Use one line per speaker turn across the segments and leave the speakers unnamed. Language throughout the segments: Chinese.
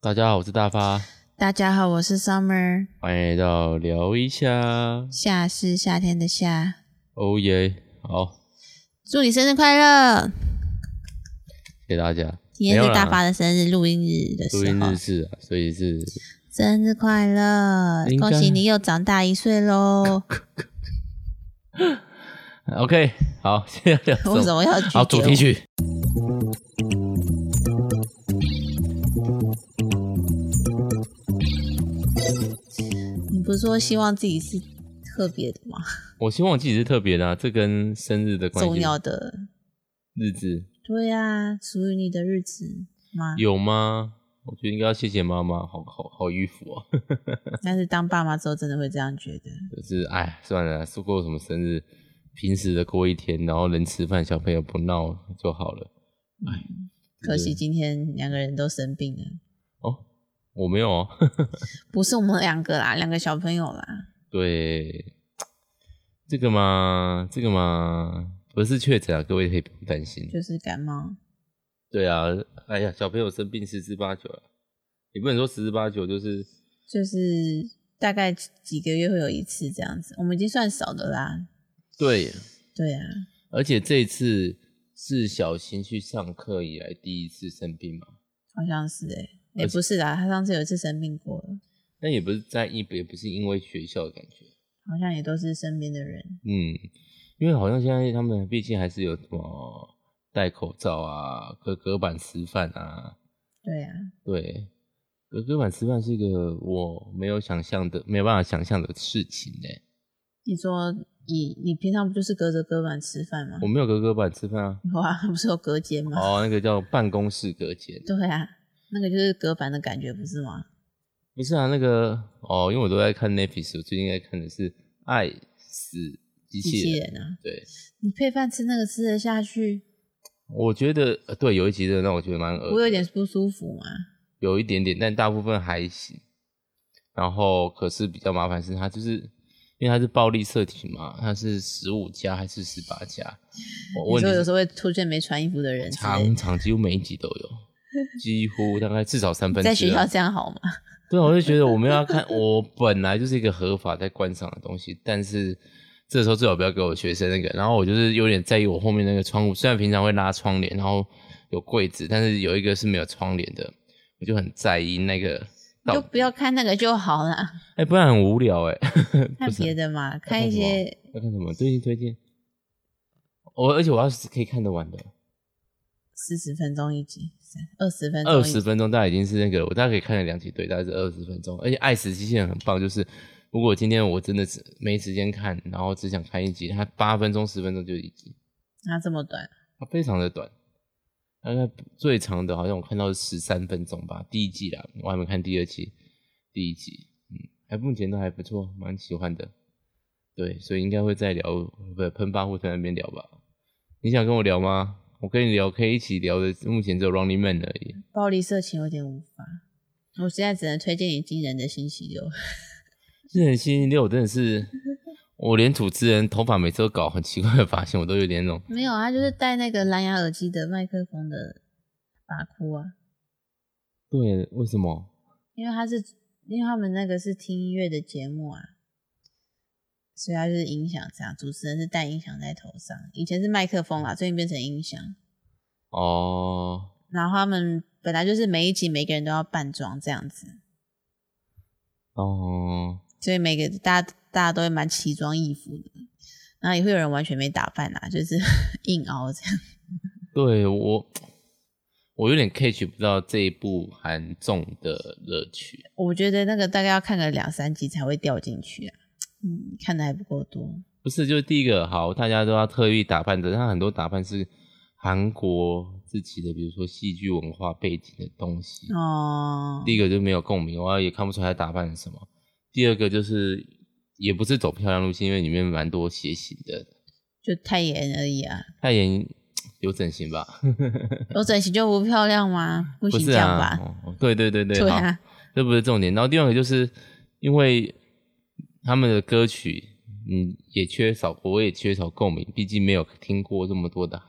大家好，我是大发，
大家好，我是 Summer，
欢迎来到聊一下。
夏是夏天的夏，
哦耶，好，
祝你生日快乐！
谢谢大家。
今天是
没有啦
大发的生日，录音日的
录
时
音
候
日，是啊，所以是
生日快乐！
应该
恭喜你又长大一 岁喽！
OK。好，现在聊什
为
么
什么要拒绝
好，主
我
题曲。
你不是说希望自己是特别的吗？
我希望我自己是特别的、啊，这跟生日的关系。
重要的，
日子
对啊，属于你的日子吗？
有吗？我觉得应该要谢谢妈妈，好好好迂腐啊。
但是当爸妈之后，真的会这样觉得。
就是哎，算了，是过什么生日，平时的过一天，然后能吃饭，小朋友不闹就好了。哎
可惜今天两个人都生病了，
哦，我没有哦。
不是我们两个啦，两个小朋友啦。
对，这个嘛，这个嘛，不是确诊啊，各位可以不用担心。
就是感冒。
对啊，哎呀，小朋友生病十之八九了，也不能说十之八九，就是
就是大概几个月会有一次这样子，我们已经算少的啦。
对，
对啊，
而且这一次是小新去上课以来第一次生病嘛，
好像是哎、欸，
而
也
且
不是啦，他上次有一次生病过了，
但也不是在意，也不是因为学校的感觉，
好像也都是身边的人。
嗯，因为好像现在他们毕竟还是有什么戴口罩啊、隔隔板吃饭啊，
对啊，
对，隔隔板吃饭是一个我没有想象的、没有办法想象的事情呢。
你说你你平常不就是隔着隔板吃饭吗
我？没有隔隔板吃饭啊，
有啊，不是有隔间吗？
哦，那个叫办公室隔间，
对啊，那个就是隔板的感觉，不是吗？
不是啊，那个哦，因为我都在看 Netflix，我最近在看的是《爱死机
机
器
器
人》。
人啊，
对，
你配饭吃那个吃得下去，
我觉得呃对有一集真的让我觉得蛮恶，
不会有点不舒服吗？
有一点点，但大部分还行。然后可是比较麻烦是它就是因为它是暴力色情嘛，它是十五加还是十八加？我问
你说
你
有时候会出现没穿衣服的人之类
常
的，
常几乎每一集都 有，几乎大概至少三分之啊
在
二。
学校这样好吗？
对啊，我就觉得我们要看， 我本来就是一个合法在观赏的东西，但是这时候最好不要给我学生那个。然后我就是有点在意我后面那个窗户，虽然平常会拉窗帘，然后有柜子，但是有一个是没有窗帘的，我就很在意那个
你
到。
就不要看那个就好啦。
哎、不然很无聊哎、
看别的嘛，看
看
一
什么
些
要看什么？最近推荐我，而且我要是可以看得完的，
四十分钟一集，二十分钟
二
一集
十分钟大概已经是那个，我大概可以看了两集，对，大概是二十分钟。而且《爱死机器人》很棒，就是如果今天我真的只没时间看，然后只想看一集，它八分钟、十分钟就一集，
那这么短，
它非常的短。大概最长的好像我看到是十三分钟吧，第一季啦，我还没看第二季，第一集，嗯，还目前都还不错，蛮喜欢的。对，所以应该会再聊，不喷发户在那边聊吧。你想跟我聊吗？我跟你聊，可以一起聊的，目前只有 Running Man 而已。
暴力色情有点无法。我现在只能推荐你《惊人的星期六》，
日人星期六真的是，我连主持人头发每次都搞很奇怪的发型，我都有点那种
没有啊，就是戴那个蓝牙耳机的麦克风的发箍啊，
对，为什么？
因为他是因为他们那个是听音乐的节目啊，所以他就是音响这样，主持人是戴音响在头上，以前是麦克风啦，最近变成音响，
哦，
然后他们本来就是每一集每个人都要扮装这样子，
哦，
所以每个大家大家都会蛮奇装异服的，然后也会有人完全没打扮啊，就是 硬凹这样。
对我，我有点 catch 不到这一部韩综的乐趣。
我觉得那个大概要看个两三集才会掉进去啊，嗯，看的还不够多。
不是，就是第一个好，大家都要特意打扮的，但很多打扮是韩国自己的，比如说戏剧文化背景的东西。
哦，
第一个就没有共鸣，我也看不出他打扮了什么。第二个就是也不是走漂亮路线，因为里面蛮多血型的，
就太严而已啊，
他演有整形吧？
有整形就不漂亮吗？不
不
行，
是
这样
啊
吧，，
哦对对对对，
对
好，
啊，
这不是重点。然后第二个就是因为他们的歌曲，嗯，也缺少，我也缺少共鸣，毕竟没有听过这么多的韩。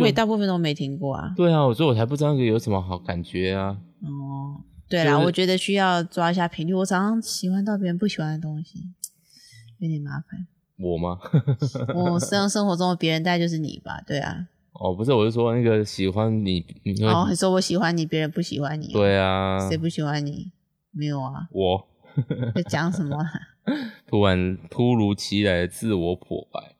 我也大部分都没听过啊。
对啊，我说我才不知道那个有什么好感觉啊。
哦，对啦，
就是
我觉得需要抓一下频率。我常常喜欢到别人不喜欢的东西，有点麻 烦。
我吗？
我生生活中的别人大概就是你吧，对啊。
哦，不是，我是说那个喜欢你，你会、
哦，你说我喜欢你，别人不喜欢你，、
对啊，，
谁不喜欢你？没有啊
我
在讲什么啊啦？
突然突如其来的自我破白。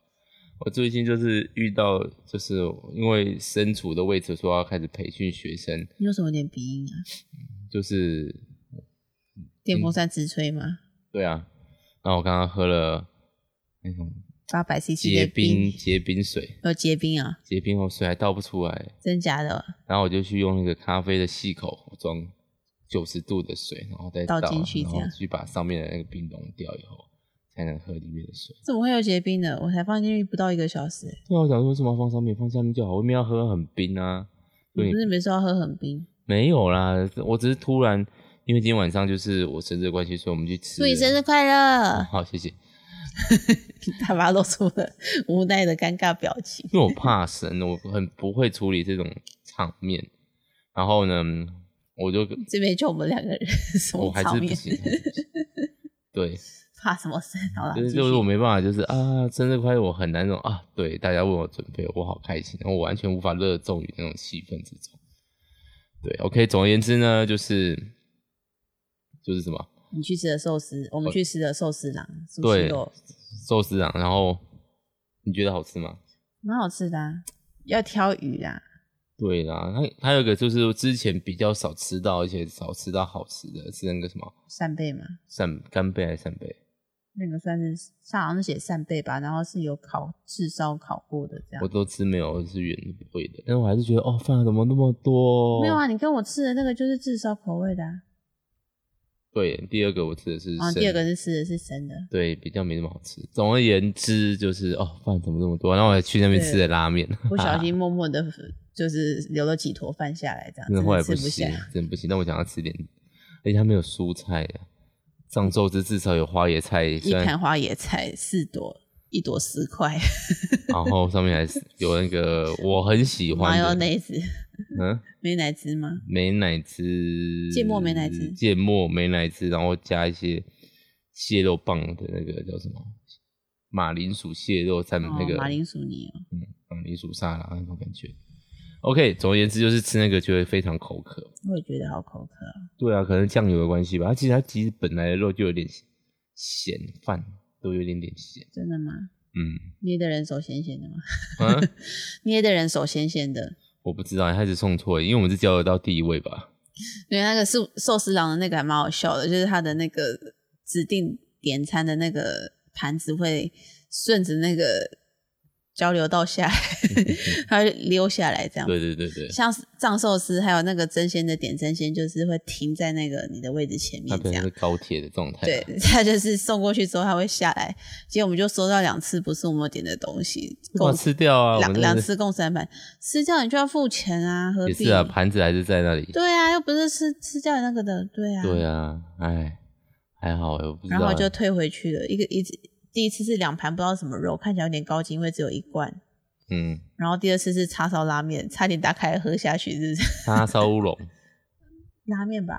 我最近就是遇到，就是因为身处的位置，说要开始培训学生，
你为什么有点鼻音啊？
就是
电
嗯
风扇直吹吗？
对啊。然后我刚刚喝了那种
八百 CC
结
的
冰
冰，
结冰水，
有结冰啊？
结冰后水还倒不出来，
真假的？啊
然后我就去用那个咖啡的细口装九十度的水，然后再
倒
倒
进去
然
这
后
样
去把上面的那个冰融掉以后，才能喝里面的水。
怎么会有结冰的？我才放进去不到一个小时、欸，
对啊，我想说为什么要放上面，放下面就好，外面要喝很冰啊。
你
对
不是没说要喝很冰？
没有啦，我只是突然，因为今天晚上就是我生日的关系，所以我们去吃。啊
祝你生日快乐！
好，谢谢。
他把他露出了无奈的尴尬表情。
因为我怕生，我很不会处理这种场面。然后呢，我就
这边就我们两个人，什
我
么
还
场
是不
面？
行。还是不行 对，
怕什么事？好啦，
就是
啊继
就是
续
我没办法，就是啊，生日快乐，我很难那种啊，对，大家为我准备，我好开心，然后我完全无法热衷于那种气氛之中。对，OK，总而言之呢，就是就是什么
你去吃的寿司，我们去吃的寿司郎，寿司
呃对
肉
寿司啊郎，然后你觉得好吃吗？
蛮好吃的、啊，要挑鱼啦。
对啦，它它有一个就是之前比较少吃到，而且少吃到好吃的是那个什么
扇贝嘛，
扇干贝还是扇贝？
那个算是上好像写扇贝吧，然后是有烤炙烧烤过的这样
我。都吃没有是原味的，但是我还是觉得哦，饭怎么那么多？
没有啊，你跟我吃的那个就是炙烧口味的啊。
对，第二个我吃的是
啊，
生
第二个是吃的是生的，
对，比较没那么好吃。总而言之，就是哦，饭怎么这么多？然后我还去那边吃的拉 面，
不小心默默的，就是留了几坨饭下来，这样
真的后来
真的吃
行
下。，
真的不行。但我想要吃点，而且它没有蔬菜啊。上周至至少有花椰菜，
一
虽然
盘花野菜四朵，一朵十块，
然后上面还是有那个我很喜
麻油
欢的，
奶子，
嗯，
没奶汁吗？
美乃滋，
芥末美乃滋
芥末美乃滋，然后加一些蟹肉棒的那个叫什么马铃薯蟹肉蘸嗯那个、
哦、马铃薯泥哦，
嗯，马铃薯沙拉那种感觉。OK，总而言之就是吃那个就会非常口渴。
我也觉得好口渴、啊。
对啊，可能酱油的关系吧。它其实它其实本来的肉就有点咸，饭都有点点咸。
真的吗？
嗯，
捏的人手咸咸的吗？
啊，
捏的人手咸咸的。
我不知道，他是送错了，因为我们是交流到第一位吧。
对，那个寿寿司郎的那个还蛮好笑的，就是他的那个指定点餐的那个盘子会顺着那个交流 道下来，它会溜下来这样。
对对对对，
像是藏寿司还有那个真鲜的点真鲜，就是会停在那个你的位置前
它
面这
变成
样
是。高铁的状态。啊
对，，他就是送过去之后，他会下来。结果我们就收到两次不是我们点的东西，
我
共
吃掉啊，我
两
们真的
两
是
次共三盘，吃掉你就要付钱啊，何
也
必？
是啊，盘子还是在那里。
对啊，又不是吃吃掉你那个的，对啊。
对啊，哎，还好哎，我不知道
然
欸。
后就退回去了，一个一次第一次是两盘不知道什么肉，看起来有点高级，因为只有一罐。
嗯，
然后第二次是叉烧拉面，差点打开来喝下去，是不是？
叉烧乌龙
拉面吧，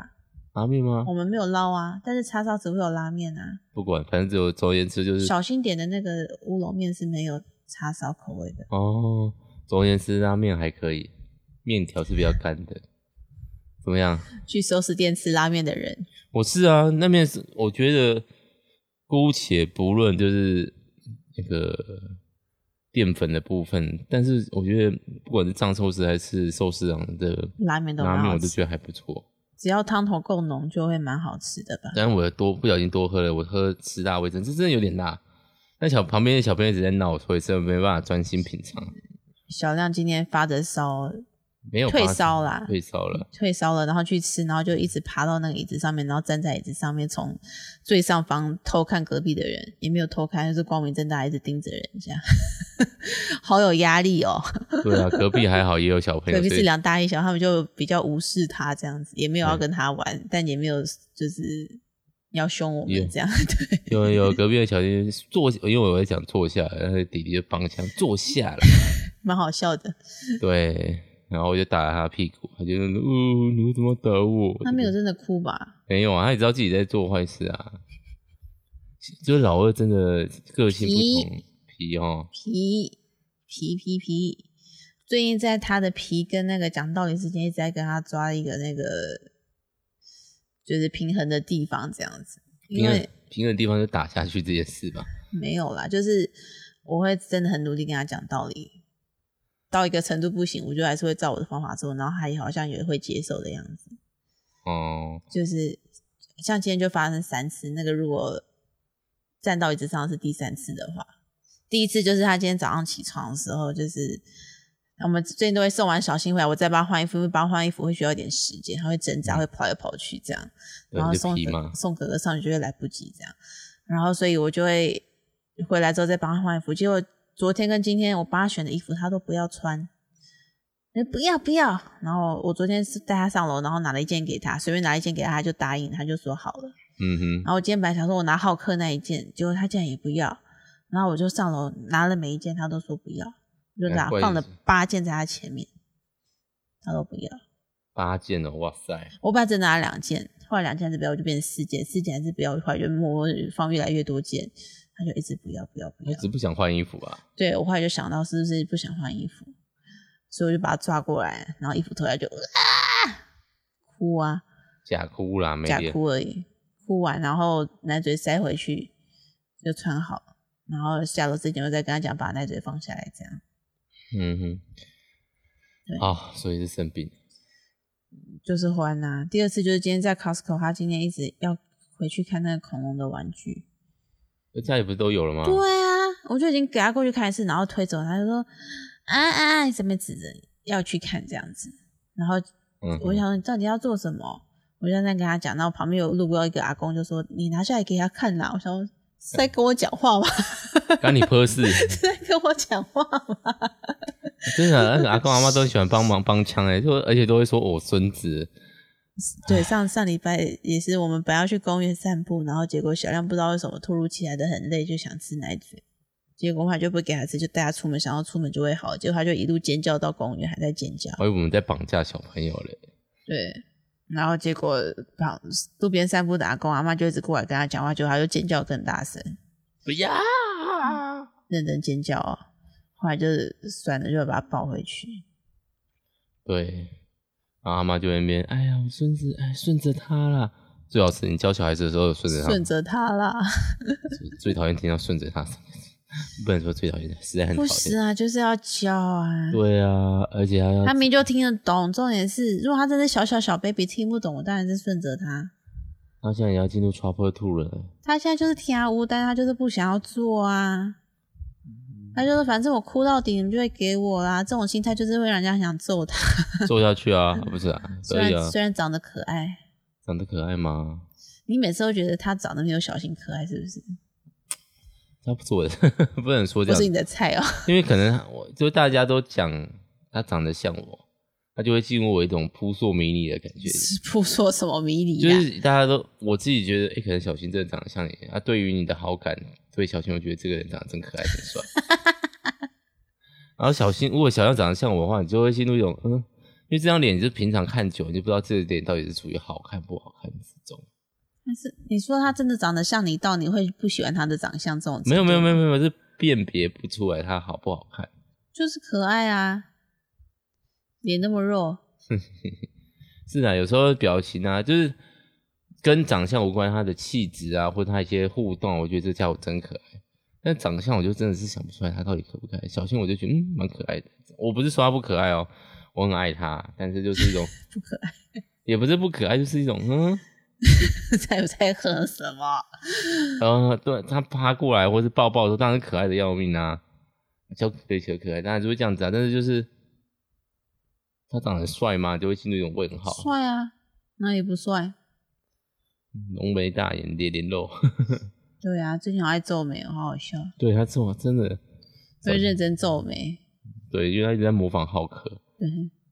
拉面吗
我？们没有捞啊，但是叉烧只会有拉面啊。
不管，反正只有总而言之就是
小心点的那个乌龙面是没有叉烧口味的，
哦，总而言之，拉面还可以，面条是比较干的。怎么样？
去寿司店吃拉面的人，
我是啊，那面是我觉得，姑且不论就是那个淀粉的部分，但是我觉得不管是藏寿司还是寿司郎的
拉面都
拉
蛮
面，我
好
都
吃，
觉得还不错。
只要汤头够浓就会蛮好吃的吧。
但我多不小心多喝了，我喝十大味噌，这真的有点辣。那小旁边的小朋友一直在闹，所以真的没办法专心品尝。
小亮今天发着烧，
没有
退
发
烧啦
退烧了。
退烧了，然后去吃，然后就一直爬到那个椅子上面，然后站在椅子上面，从最上方偷看隔壁的人，也没有偷看，就是光明正大一直盯着人家， 好有压力哦。
对啊，隔壁还好也有小朋友，
隔壁
所
是
以
两大一小，他们就比较无视他这样子，也没有要
嗯
跟他玩，但也没有就是要凶我
也
们这样。 对，
有有隔壁的小弟坐，因为我在 讲坐下，然后弟弟就帮腔坐下了。
蛮好笑的。
对，然后我就打了他屁股，他就嗯、哦，你为什么要打我？
他没有真的哭吧？
没有啊，他也知道自己在做坏事啊。就是老二真的个性不同，皮哦，
皮皮皮皮，最近在他的皮跟那个讲道理之间一直在跟他抓一个那个就是平衡的地方，这样子，因
平
为
衡平衡的地方就打下去这件事吧。
没有啦，就是我会真的很努力跟他讲道理，到一个程度不行，我就还是会照我的方法做，然后他也好像也会接受的样子。
哦，
就是像今天就发生三次，那个如果站到椅子上是第三次的话，第一次就是他今天早上起床的时候，就是我们最近都会送完小新回来，我再帮他换衣服，因为帮他换衣服会需要一点时间，他会挣扎，会跑来跑去这样，
嗯对
然后
你就
送
皮
哥
嘛
送哥哥上去就会来不及这样，然后所以我就会回来之后再帮他换衣服，结果昨天跟今天我帮他选的衣服他都不要穿。哎，不要不要！然后我昨天是带他上楼，然后拿了一件给他，随便拿一件给他，他就答应，他就说好了。
嗯
然后我今天本来想说我拿浩克那一件，结果他竟然也不要，然后我就上楼拿了每一件，他都说不要，我就拿
难怪
放了
你是
八件在他前面，他都不要。
哼，八件哦，哇塞，
我本来只拿了两件，后来两件还是不要，我就变成四件，四件还是不要，后来就默默放越来越多件，他就一直不要不要不
他
要。
只不想换衣服吧？
对我后来就想到是不是不想换衣服，所以我就把他抓过来，然后衣服脱下来就啊哭啊，
假哭啦，没
假
脸。
哭而已，哭完然后奶嘴塞回去就穿好了，然后下楼之前我再跟他讲把奶嘴放下来，这样
嗯哼
对，
啊，所以是生病。
就是欢啊。第二次就是今天在 Costco，他今天一直要回去看那个恐龙的玩具，
那家里不是都有了吗？
对啊，我就已经给他过去看一次，然后推走，他就说啊啊，这边指着要去看这样子，然后
嗯哼
我想说你到底要做什么？我就在那跟他讲，然后旁边有路过一个阿公就说：“你拿下来给他看啦。”我想说是在跟我讲话吗？
干你破事！
是在跟我讲话吗？
真的啊，那个阿公阿妈都喜欢帮忙帮腔哎，就而且都会说我孙子。
对，上上礼拜也是我们本来要去公园散步，然后结果小亮不知道为什么突如其来的很累，就想吃奶嘴。结果我还就不给他吃，就带他出门，想要出门就会好。结果他就一路尖叫到公园，还在尖叫。
哎，我们在绑架小朋友嘞。
对，然后结果旁路边散步的阿公阿妈就一直过来跟他讲话，结果他就尖叫更大声。
不要！
认真尖叫、哦，后来就是算了，就把他抱回去。
对，然后阿妈就在那边，哎呀，我孙子，哎，顺着他啦。最好是你教小孩子的时候有顺着他，
顺着他啦，
最讨厌听到顺着他三个字， 不能说最讨厌，实在很讨
不是
厌。
啊，就是要教啊。
对啊，而且还要
他明明就听得懂，重点是，如果他真的小小小 baby 听不懂，我当然是顺着他。
他现在也要进入 Trouble Two 了，
他现在就是听啊呜，但是他就是不想要做啊。
嗯
他就是反正我哭到底，你们就会给我啦。这种心态就是会让人家很想揍他。
做下去啊，不是啊，
虽
可以
然
啊，
虽然长得可爱，
长得可爱吗？
你每次都觉得他长得没有小新可爱，是不是？
他不是我的， 不能说这
不
样
是，你的菜哦、
因为可能我就大家都讲他长得像我，他就会进入我一种扑朔迷离的感觉，
是扑朔什么迷离
就
呀、
是大家都我自己觉得，哎、可能小新真的长得像你，啊，对于你的好感，对小新，我觉得这个人长得真可爱，真帅。然后小新，如果小亮长得像我的话，你就会进入一种嗯，因为这张脸，你就平常看久，你就不知道这个脸到底是处于好看不好看之中。
但是你说他真的长得像你，到你会不喜欢他的长相这种？
没有没有没
有，
有没有，是辨别不出来他好不好看。
就是可爱啊，脸那么肉，
是啊，有时候表情啊，就是跟长相无关，他的气质啊，或者他一些互动，我觉得这家伙真可爱。但长相我就真的是想不出来他到底可不可爱。小新我就觉得嗯蛮可爱的，我不是说他不可爱哦，我很爱他，但是就是一种
不可爱，
也不是不可爱，就是一种嗯，
在在喝什么？
然后呃对他趴过来或是抱抱的时候，当然可爱的要命啊，小对小可爱，当然就会这样子啊。但是就是他长得帅吗？就会进入一种问号，
帅啊，那也不帅。
嗯浓眉大眼，连连肉。
对啊，最近好爱皱眉，好好笑，
对他这种真的
会认真皱眉。
对，因为他一直在模仿浩克，
对，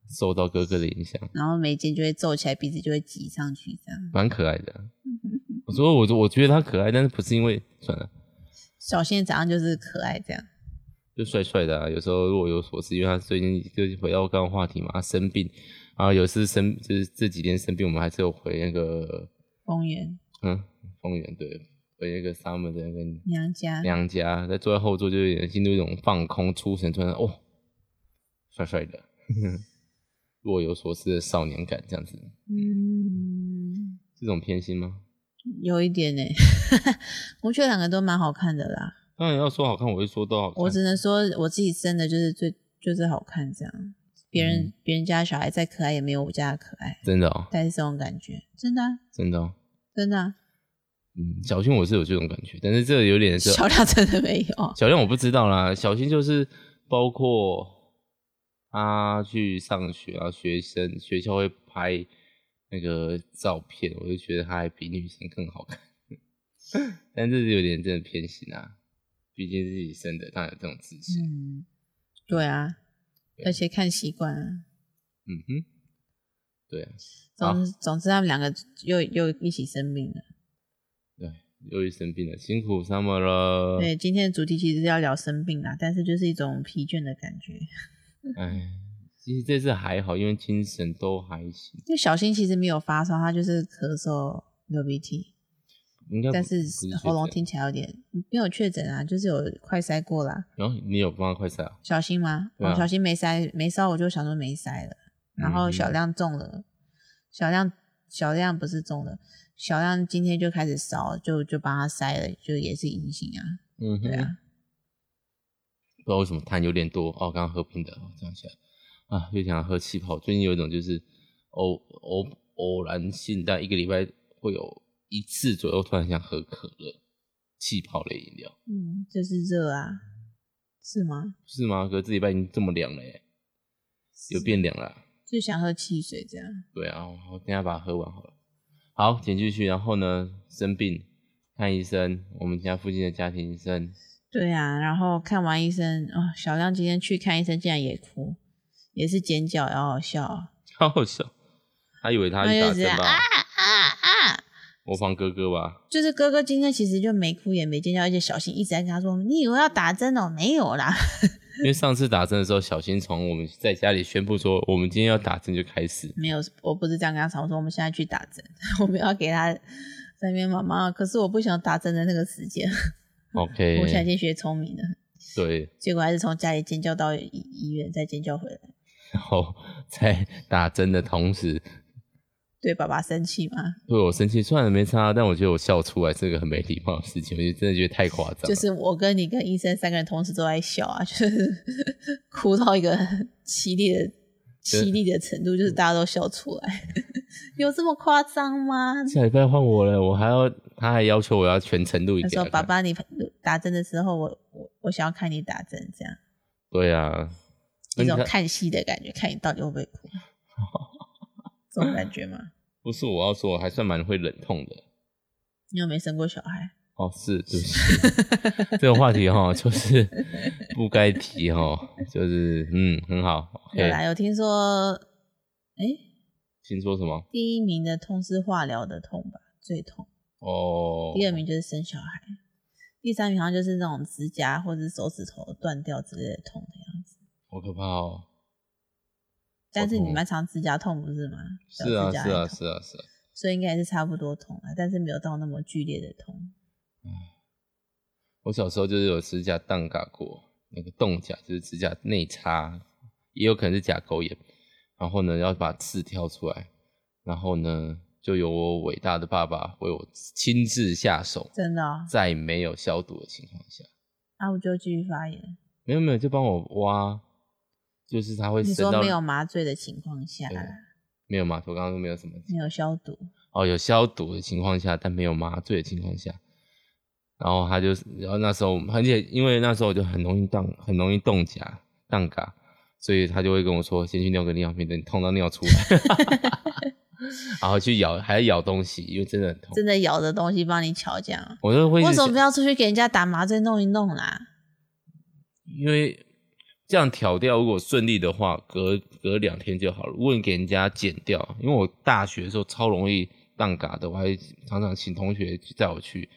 受到哥哥的影响，
然后眉间就会皱起来，鼻子就会挤上去，这样。
蛮可爱的啊、
嗯
我说我我觉得他可爱，但是不是因为算了，
小新长相就是可爱，这样。
就帅帅的啊。有时候若有所思，因为他最近就是回到刚刚话题嘛，他生病啊，有一次生就是这几天生病，我们还是有回那个
公园
嗯丰原对，回那个 summer 的那个
娘家，
娘家，在坐在后座就有点进入一种放空、出神，突然哦，帅帅的， 若有所思的少年感，这样子，
嗯，
这种偏心吗？
有一点呢、 我觉得两个都蛮好看的啦。
当然要说好看，我会说都好看。
我只能说我自己生的就是最就是好看这样，别人、
嗯
别人家小孩再可爱也没有我家的可爱，
真的哦，
大概是这种感觉，真的啊、
真的哦，
真的啊、
嗯，小新我是有这种感觉，但是这有点是
小亮真的 没有，
小亮我不知道啦，小新就是包括他去上学啊，学生学校会拍那个照片，我就觉得他还比女生更好看， 但这是有点真的偏心啊，毕竟是自己生的，当然有这种自信。
嗯，对啊，
对
而且看习惯啊。
嗯哼，对啊，好
总之总之，他们两个又又一起生病了。
对，由于生病了，辛苦 Summer 了。
对，今天的主题其实是要聊生病啦，但是就是一种疲倦的感觉。
哎，其实这次还好，因为精神都还行，
因为小新其实没有发烧，他就是咳嗽、流鼻涕，
应该不
但是
不是
喉咙
确诊
听起来有点没有确诊啊，就是有快筛过啦。
然后你有帮他快塞啊？
小新吗？
对啊
哦，小新没塞，没烧，我就想说没塞了。然后
嗯
小亮中了，小亮小亮不是中了，小亮今天就开始烧，就就帮他塞了，就也是阴性啊。
嗯哼，
对啊
不知道为什么痰有点多哦，刚刚喝冰的，哦这样想啊，又想喝气泡。最近有一种就是偶偶偶然性，但一个礼拜会有一次左右突然想喝可乐，气泡类饮料
嗯，就是热啊，是吗？
是吗？哥，这礼拜已经这么凉了耶，有变凉了啊、
就想喝汽水这样。
对啊，我我等一下把它喝完好了。好，点进去，然后呢，生病看医生，我们家附近的家庭医生，
对啊，然后看完医生，哦，小亮今天去看医生，竟然也哭，也是尖叫，好好笑哦，
好好笑，他以为他
他
去打
就直
针
接啊
吧，
啊啊！
模仿哥哥吧。
就是哥哥今天其实就没哭也没尖叫，而且小新一直在跟他说：“你以为要打针哦？没有啦。
因为上次打针的时候，小新从我们在家里宣布说，我们今天要打针就开始”，
没有，我不是这样跟他吵，我说我们现在去打针， 我们要给他在那边妈妈，可是我不想打针的那个时间，
OK，
我现在已经学聪明了，
对，
结果还是从家里尖叫到医医院，再尖叫回来，
然后 在打针的同时，
对爸爸生气吗？
对我生气，虽然没差，但我觉得我笑出来是个很没礼貌的事情，我就真的觉得太夸张了。
就是我跟你跟医生三个人同时都在笑啊，就是 哭到一个凄厉的凄厉的程度，
嗯
就是大家都笑出来， 有这么夸张吗？
下礼拜换我了，我还要，他还要求我要全程录一
他
点
说：“。爸爸，你打针的时候，我我我想要看你打针，这样
对啊，那
一种
你看
看戏的感觉，看你到底会不 会哭，这种感觉吗？
不是我要说，我还算蛮会忍痛的。
你又没生过小孩，
哦，是，对不 起，这个话题哈、就是不该提哈、就是嗯，很好
有
，OK。
啦，有听说，哎、
听说什么？
第一名的痛是化疗的痛吧，最痛。
哦，
第二名就是生小孩，第三名好像就是那种指甲或者是手指头断掉之类的痛的样子。
好可怕哦！
但是你
痛
蛮常指甲痛不是吗？
哦是啊，
指甲
是啊，
也痛
是啊，是啊。
所以应该也是差不多痛啊，但是没有到那么剧烈的痛。
我小时候就是有指甲当嘎过，那个冻甲就是指甲内插，也有可能是甲沟炎。然后呢，要把刺挑出来，然后呢，就由我伟大的爸爸为我亲自下手，
真的哦、
在没有消毒的情况下，
啊，我就继续发言。
没有没有，就帮我挖，就是它会
你
伸
说
到
没有麻醉的情况下，
对没有嘛？我刚刚都没有什么
没有消毒，
哦，有消毒的情况下，但没有麻醉的情况下，然后他就是，然后那时候，而且因为那时候我就很容易当，很容易冻甲、当嘎，所以他就会跟我说，先去尿个尿片，等你痛到尿出来， 然后去咬，还咬东西，因为真的很痛。
真的咬的东西帮你瞧这样。啊
我哦就会一直
为什么
想
不要出去给人家打麻醉弄一弄啦？
因为这样挑掉，如果顺利的话，隔隔两天就好了。如果你给人家剪掉，因为我大学的时候超容易当嘎的，我还常常请同学带我去。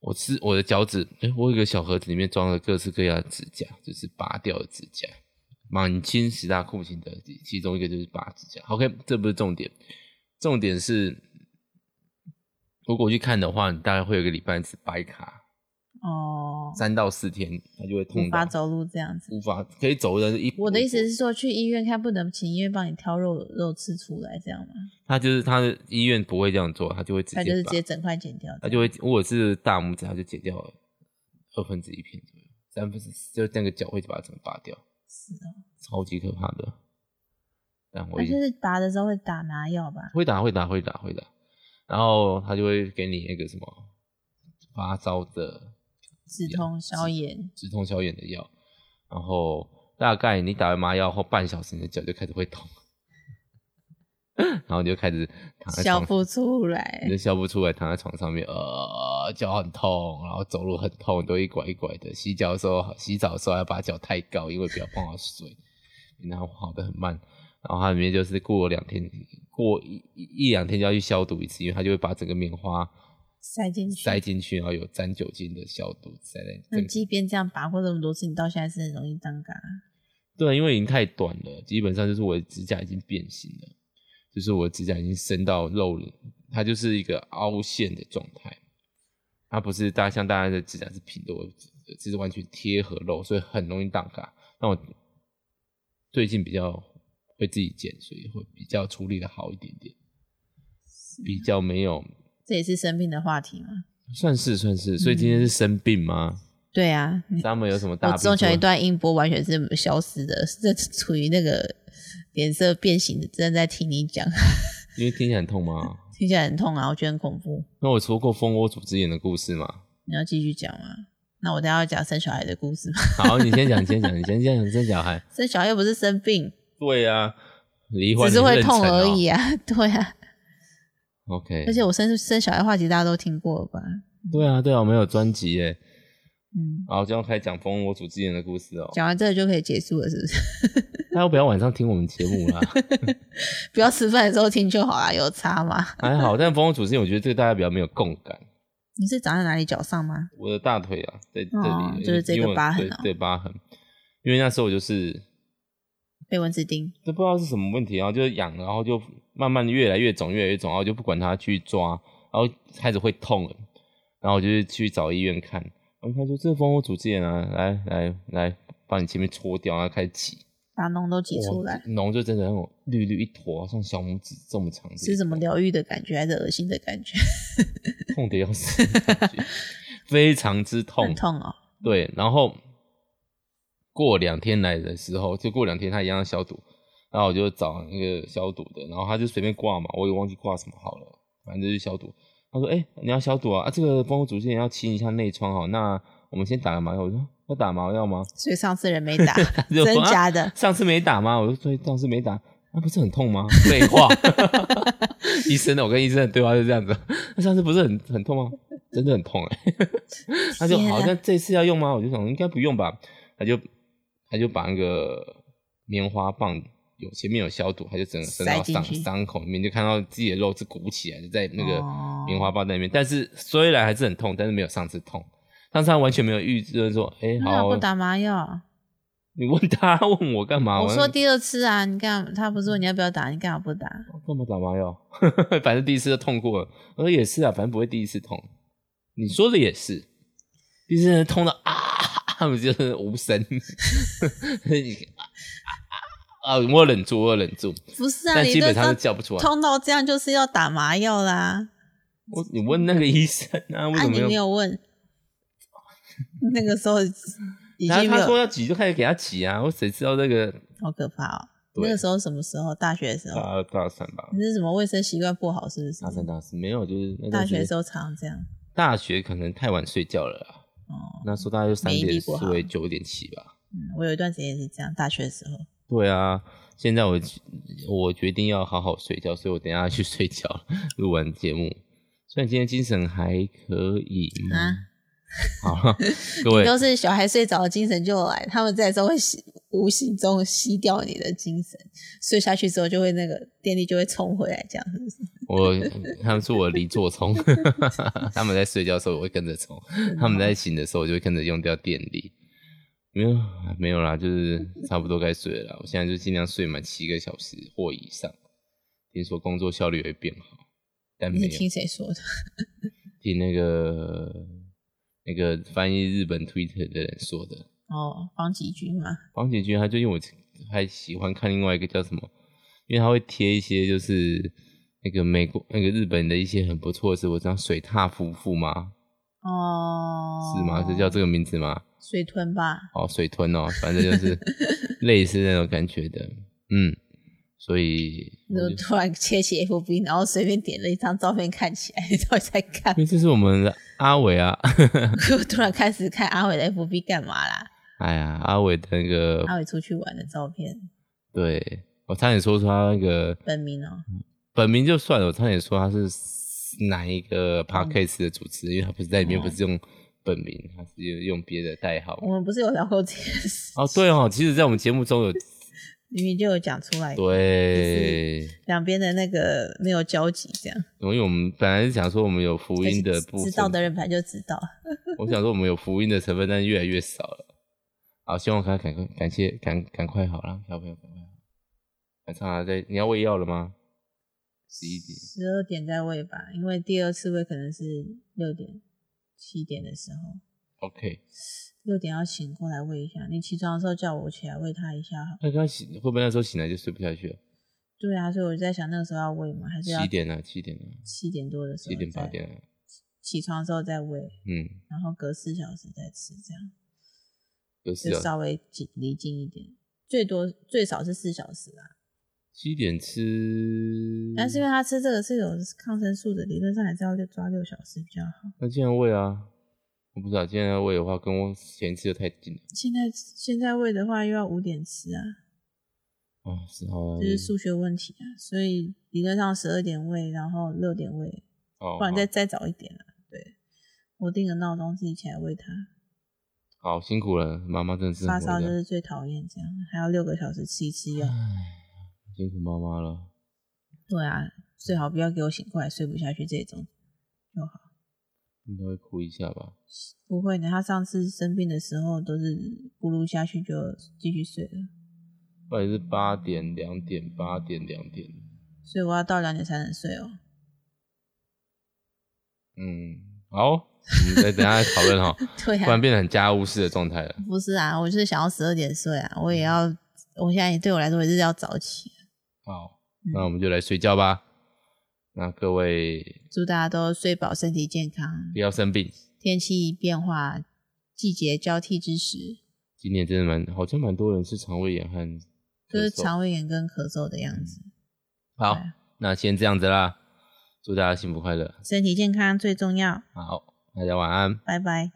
我是我的脚趾，哎、我有一个小盒子，里面装了各式各样的指甲，就是拔掉的指甲。满清十大酷刑的其中一个就是拔指甲。OK，这不是重点，重点是如果去看的话，你大概会有一个礼拜只白卡，
哦，
三到四天，它就会痛
无
到
法走路这样子。
无法可以走，但是一
我的意思是说，去医院看不能请医院帮你挑肉肉刺出来，这样吗？
他就是他的医院不会这样做，他就会直接
他就是
拔
直接整块剪掉。
他就会，如果是大拇指，他就剪掉了二分之一片左右，三分之就那个脚会把它整个拔掉，
是哦，
超级可怕的。但我
他
已经
就是拔的时候会打麻药吧？
会打会打会打会打，然后他就会给你那个什么发烧的
止痛消炎。
止痛消炎的药，然后大概你打完麻药后半小时，你的脚就开始会痛， 然后你就开始躺在
消
床上。
不出
你
来
就，笑不出来，躺在床上面，呃，脚很痛，然后走路很痛，都一拐一拐的。洗脚的时候，洗澡的时候要把脚抬高，因为不要碰到水，然后跑得很慢。然后它里面就是过两天，过一一一两天就要去消毒一次，因为它就会把整个棉花
塞进去。
塞进去，然后有沾酒精的消毒塞在
那
整个。
即便这样拔过这么多次，你到现在是很容易当嘎。
对，啊因为已经太短了，基本上就是我的指甲已经变形了，就是我的指甲已经伸到肉里，它就是一个凹陷的状态，它不是大家像大家的指甲是平的，我的指甲完全贴合肉，所以很容易挡嘎。那我最近比较会自己剪，所以会比较处理的好一点点，
啊
比较没有
这也是生病的话题吗？
算是算是，所以今天是生病吗？
对啊，你
他们有什么大
嗯我
病
中
吗？
小一段音波完全是消失的，这处于那个脸色变形的，正在听你讲，
因为听起来很痛吗？
听起来很痛啊，我觉得很恐怖。
那我说过蜂窝组织炎的故事吗？
你要继续讲吗？那我等一下要讲生小孩的故事吗？
好，你先讲，你先讲，你先讲，你先讲小孩。
生小孩又不是生病，
对啊，离婚
只是会痛
妊娠
而
哦
已啊。 对啊，
OK，
而且我生生小孩的话题大家都听过了吧？
对啊，对啊，我们有专辑耶。
嗯，
好，这样开始讲蜂窝组织炎的故事哦。
讲完这个就可以结束了，是不 是？
大家不要晚上听我们节目啦，
不要吃饭的时候听就好啦，有差吗？
还好。但蜂窝组织炎，我觉得对大家比较没有共感。
你是长在哪里脚上吗？
我的大腿啊，在这里，
哦就是这个
因为我
疤痕
对
哦
对疤痕。因为那时候我就是
被蚊子叮，
都不知道是什么问题，然后就痒，然后就慢慢地越来越肿，越来越肿，然后就不管它去抓，然后开始会痛了，然后我就去找医院看，然后他说这蜂窝组织炎啊，来来来，把你前面搓掉，然后开始挤，
把脓都挤出
哇
来，，
脓就真的那种绿绿一坨，像小拇指这么长，
是什么疗愈的感觉，还是恶心的感觉？
痛的要死的感觉，非常之痛
很，痛哦。
对，然后过两天来的时候，就过两天他一样要消毒，然后我就找那个消毒的，然后他就随便挂嘛，我也忘记挂什么好了，反正就是消毒。他说：“哎、你要消毒啊？啊，这个帮我主线要清一下内窗哦。那我们先打个麻药。”我说：“要打麻药吗？”
所以上次人没打，
他就
真
说啊
假的？
上次没打吗？我就说对上次没打，那、不是很痛吗？废话，医生的，我跟医生的对话就是这样子。那上次不是很很痛吗？真的很痛哎、他就
天啊
好像这次要用吗？我就想应该不用吧。他就他就把那个棉花棒有前面有消毒，他就整个伸到
塞进
伤
去
伤口里面，就看到自己的肉是鼓起来的，在那个
哦
棉花棒那边。但是虽然还是很痛，但是没有上次痛。上次他完全没有预知说，哎、
那
好
不，打麻药？啊
你问他问我干嘛？
我
那
说第二次啊，你干嘛？他不是说你要不要打，你干嘛不打？
干嘛打麻药？反正第一次就痛过了。我说也是啊，反正不会第一次痛。你说的也是，第一次痛到啊，他们就是无声。啊，我忍住，我忍住，
不是啊，
但
你
基
都
本
知
上
道
是叫不出来。
痛到这样就是要打麻药啦。
我你问那个医生啊，为
啊，
什
你
么
没
要？
有问，那个时候已
他
经没
他说
有，
要挤就开始给他挤啊，我谁知道这个
好可怕哦。
对啊
那个时候什么时候？大学的时候，
大大三吧？
你是什么卫生习惯不好？是不是
大？三大四没有，就是啊那段
大
时间
学的时候常这样。
大学可能太晚睡觉了啦，
哦，
那时候大概就三
免疫力
点
不好
睡九点起吧。
嗯，我有一段时间也是这样，大学的时候。
对啊，现在我我决定要好好睡觉，所以我等一下去嗯睡觉了。录完节目，虽然今天精神还可以吗？
啊
好，各位，
都是小孩睡着了精神就来，他们在的时候会吸无形中吸掉你的精神，睡下去之后就会那个电力就会冲回来，这样是不是？
我他们说我离座 充，他们在睡觉的时候我会跟着充，他们在醒的时候我就会跟着用掉电力。没有没有啦，就是差不多该睡了啦。我现在就尽量睡满七个小时或以上。听说工作效率会变好，但没
你
有
听谁说的？
听那个那个翻译日本 Twitter 的人说的。
哦，方吉君嘛，
方杰君他最近我还喜欢看另外一个叫什么，因为他会贴一些就是那个美国那个日本的一些很不错的事，我知道水獭夫妇吗？
哦，
是吗？是叫这个名字吗？
水豚吧？
哦，水豚哦，反正就是类似那种感觉的，嗯，所以
你怎么突然切起 FB，然后随便点了一张照片看起来，你到底在 干
因
嘛？
为这是我们的阿伟啊，
我突然开始看阿伟的 FB 干 嘛啦？
哎呀，阿伟的那个
阿伟出去玩的照片，
对我差点说出他那个
本名哦，
嗯本名就算了，我差点说他是哪一个 podcast 的主持人，因为他不是在里面
哦
不是用本名，他是用别的代号。
我们不是有聊过这件事，
哦，对哦，其实，在我们节目中有
明明就有讲出来，
对，
两边的那个没有交集，这样
因为我们本来是想说我们有福音的部
知
分，
道的人本来就知道，
我想说我们有福音的成分，但是越来越少了。好，希望他赶快感谢赶赶快好了，小朋友赶快好。晚上还在，你要喂药了吗？十一点
十二点再喂吧，因为第二次喂可能是六点、七点的时候，
，OK。
六点要醒过来喂一下。你起床的时候叫我起来喂它一下好了。
那刚醒会不会那时候醒来就睡不下去了？
对啊，所以我在想那个时候要喂吗？还是要
七点了，七点了，
七点多的时候
七点八
再
点啊了，
起床的时候再喂，
嗯。
然后隔四小时再吃，这样
有四
就
小时
稍微近离近一点，最多最少是四小时啦。
七点吃，
但是因为他吃这个是有抗生素的，理论上还是要抓六小时比较好。
那既然喂啊，我不知道既然要喂的话，跟我前一次又太近了
现在现在喂的话又要五点吃啊，
啊，是好啊
这是数学问题啊，所以理论上十二点喂，然后六点喂，
哦，
不然再
好
再早一点啊。对，我定个闹钟自己起来喂它，
好辛苦了，妈妈真的是
发
很
烧啊
伟
就
大
是最讨厌这样，还要六个小时吃一次 药。
唉，辛苦妈妈了。
对啊，最好不要给我醒过来睡不下去这种就好。
应该会哭一下吧？
不会的，他上次生病的时候都是咕噜下去就继续睡了，
不然是八点、两点、八点、两点。
所以我要到两点才能睡哦。
嗯，好，我们再等一下再讨 论哈，
对
不然
啊，
变得很家务事的状态了。
不是啊，我就是想要十二点睡啊，我也要，我现在也对我来说也是要早起。啊
好，
嗯
那我们就来睡觉吧。那各位
祝大家都睡饱，身体健康啊
不。要生病。
天气变化、季节交替之时，
今年真的蛮，好像蛮多人是肠胃炎和
就
咳
是
嗽
肠胃炎跟咳嗽的样子。
好
对，
那先这样子啦，祝大家幸福快乐。
身体健康最重要，
好，大家晚安。
拜拜。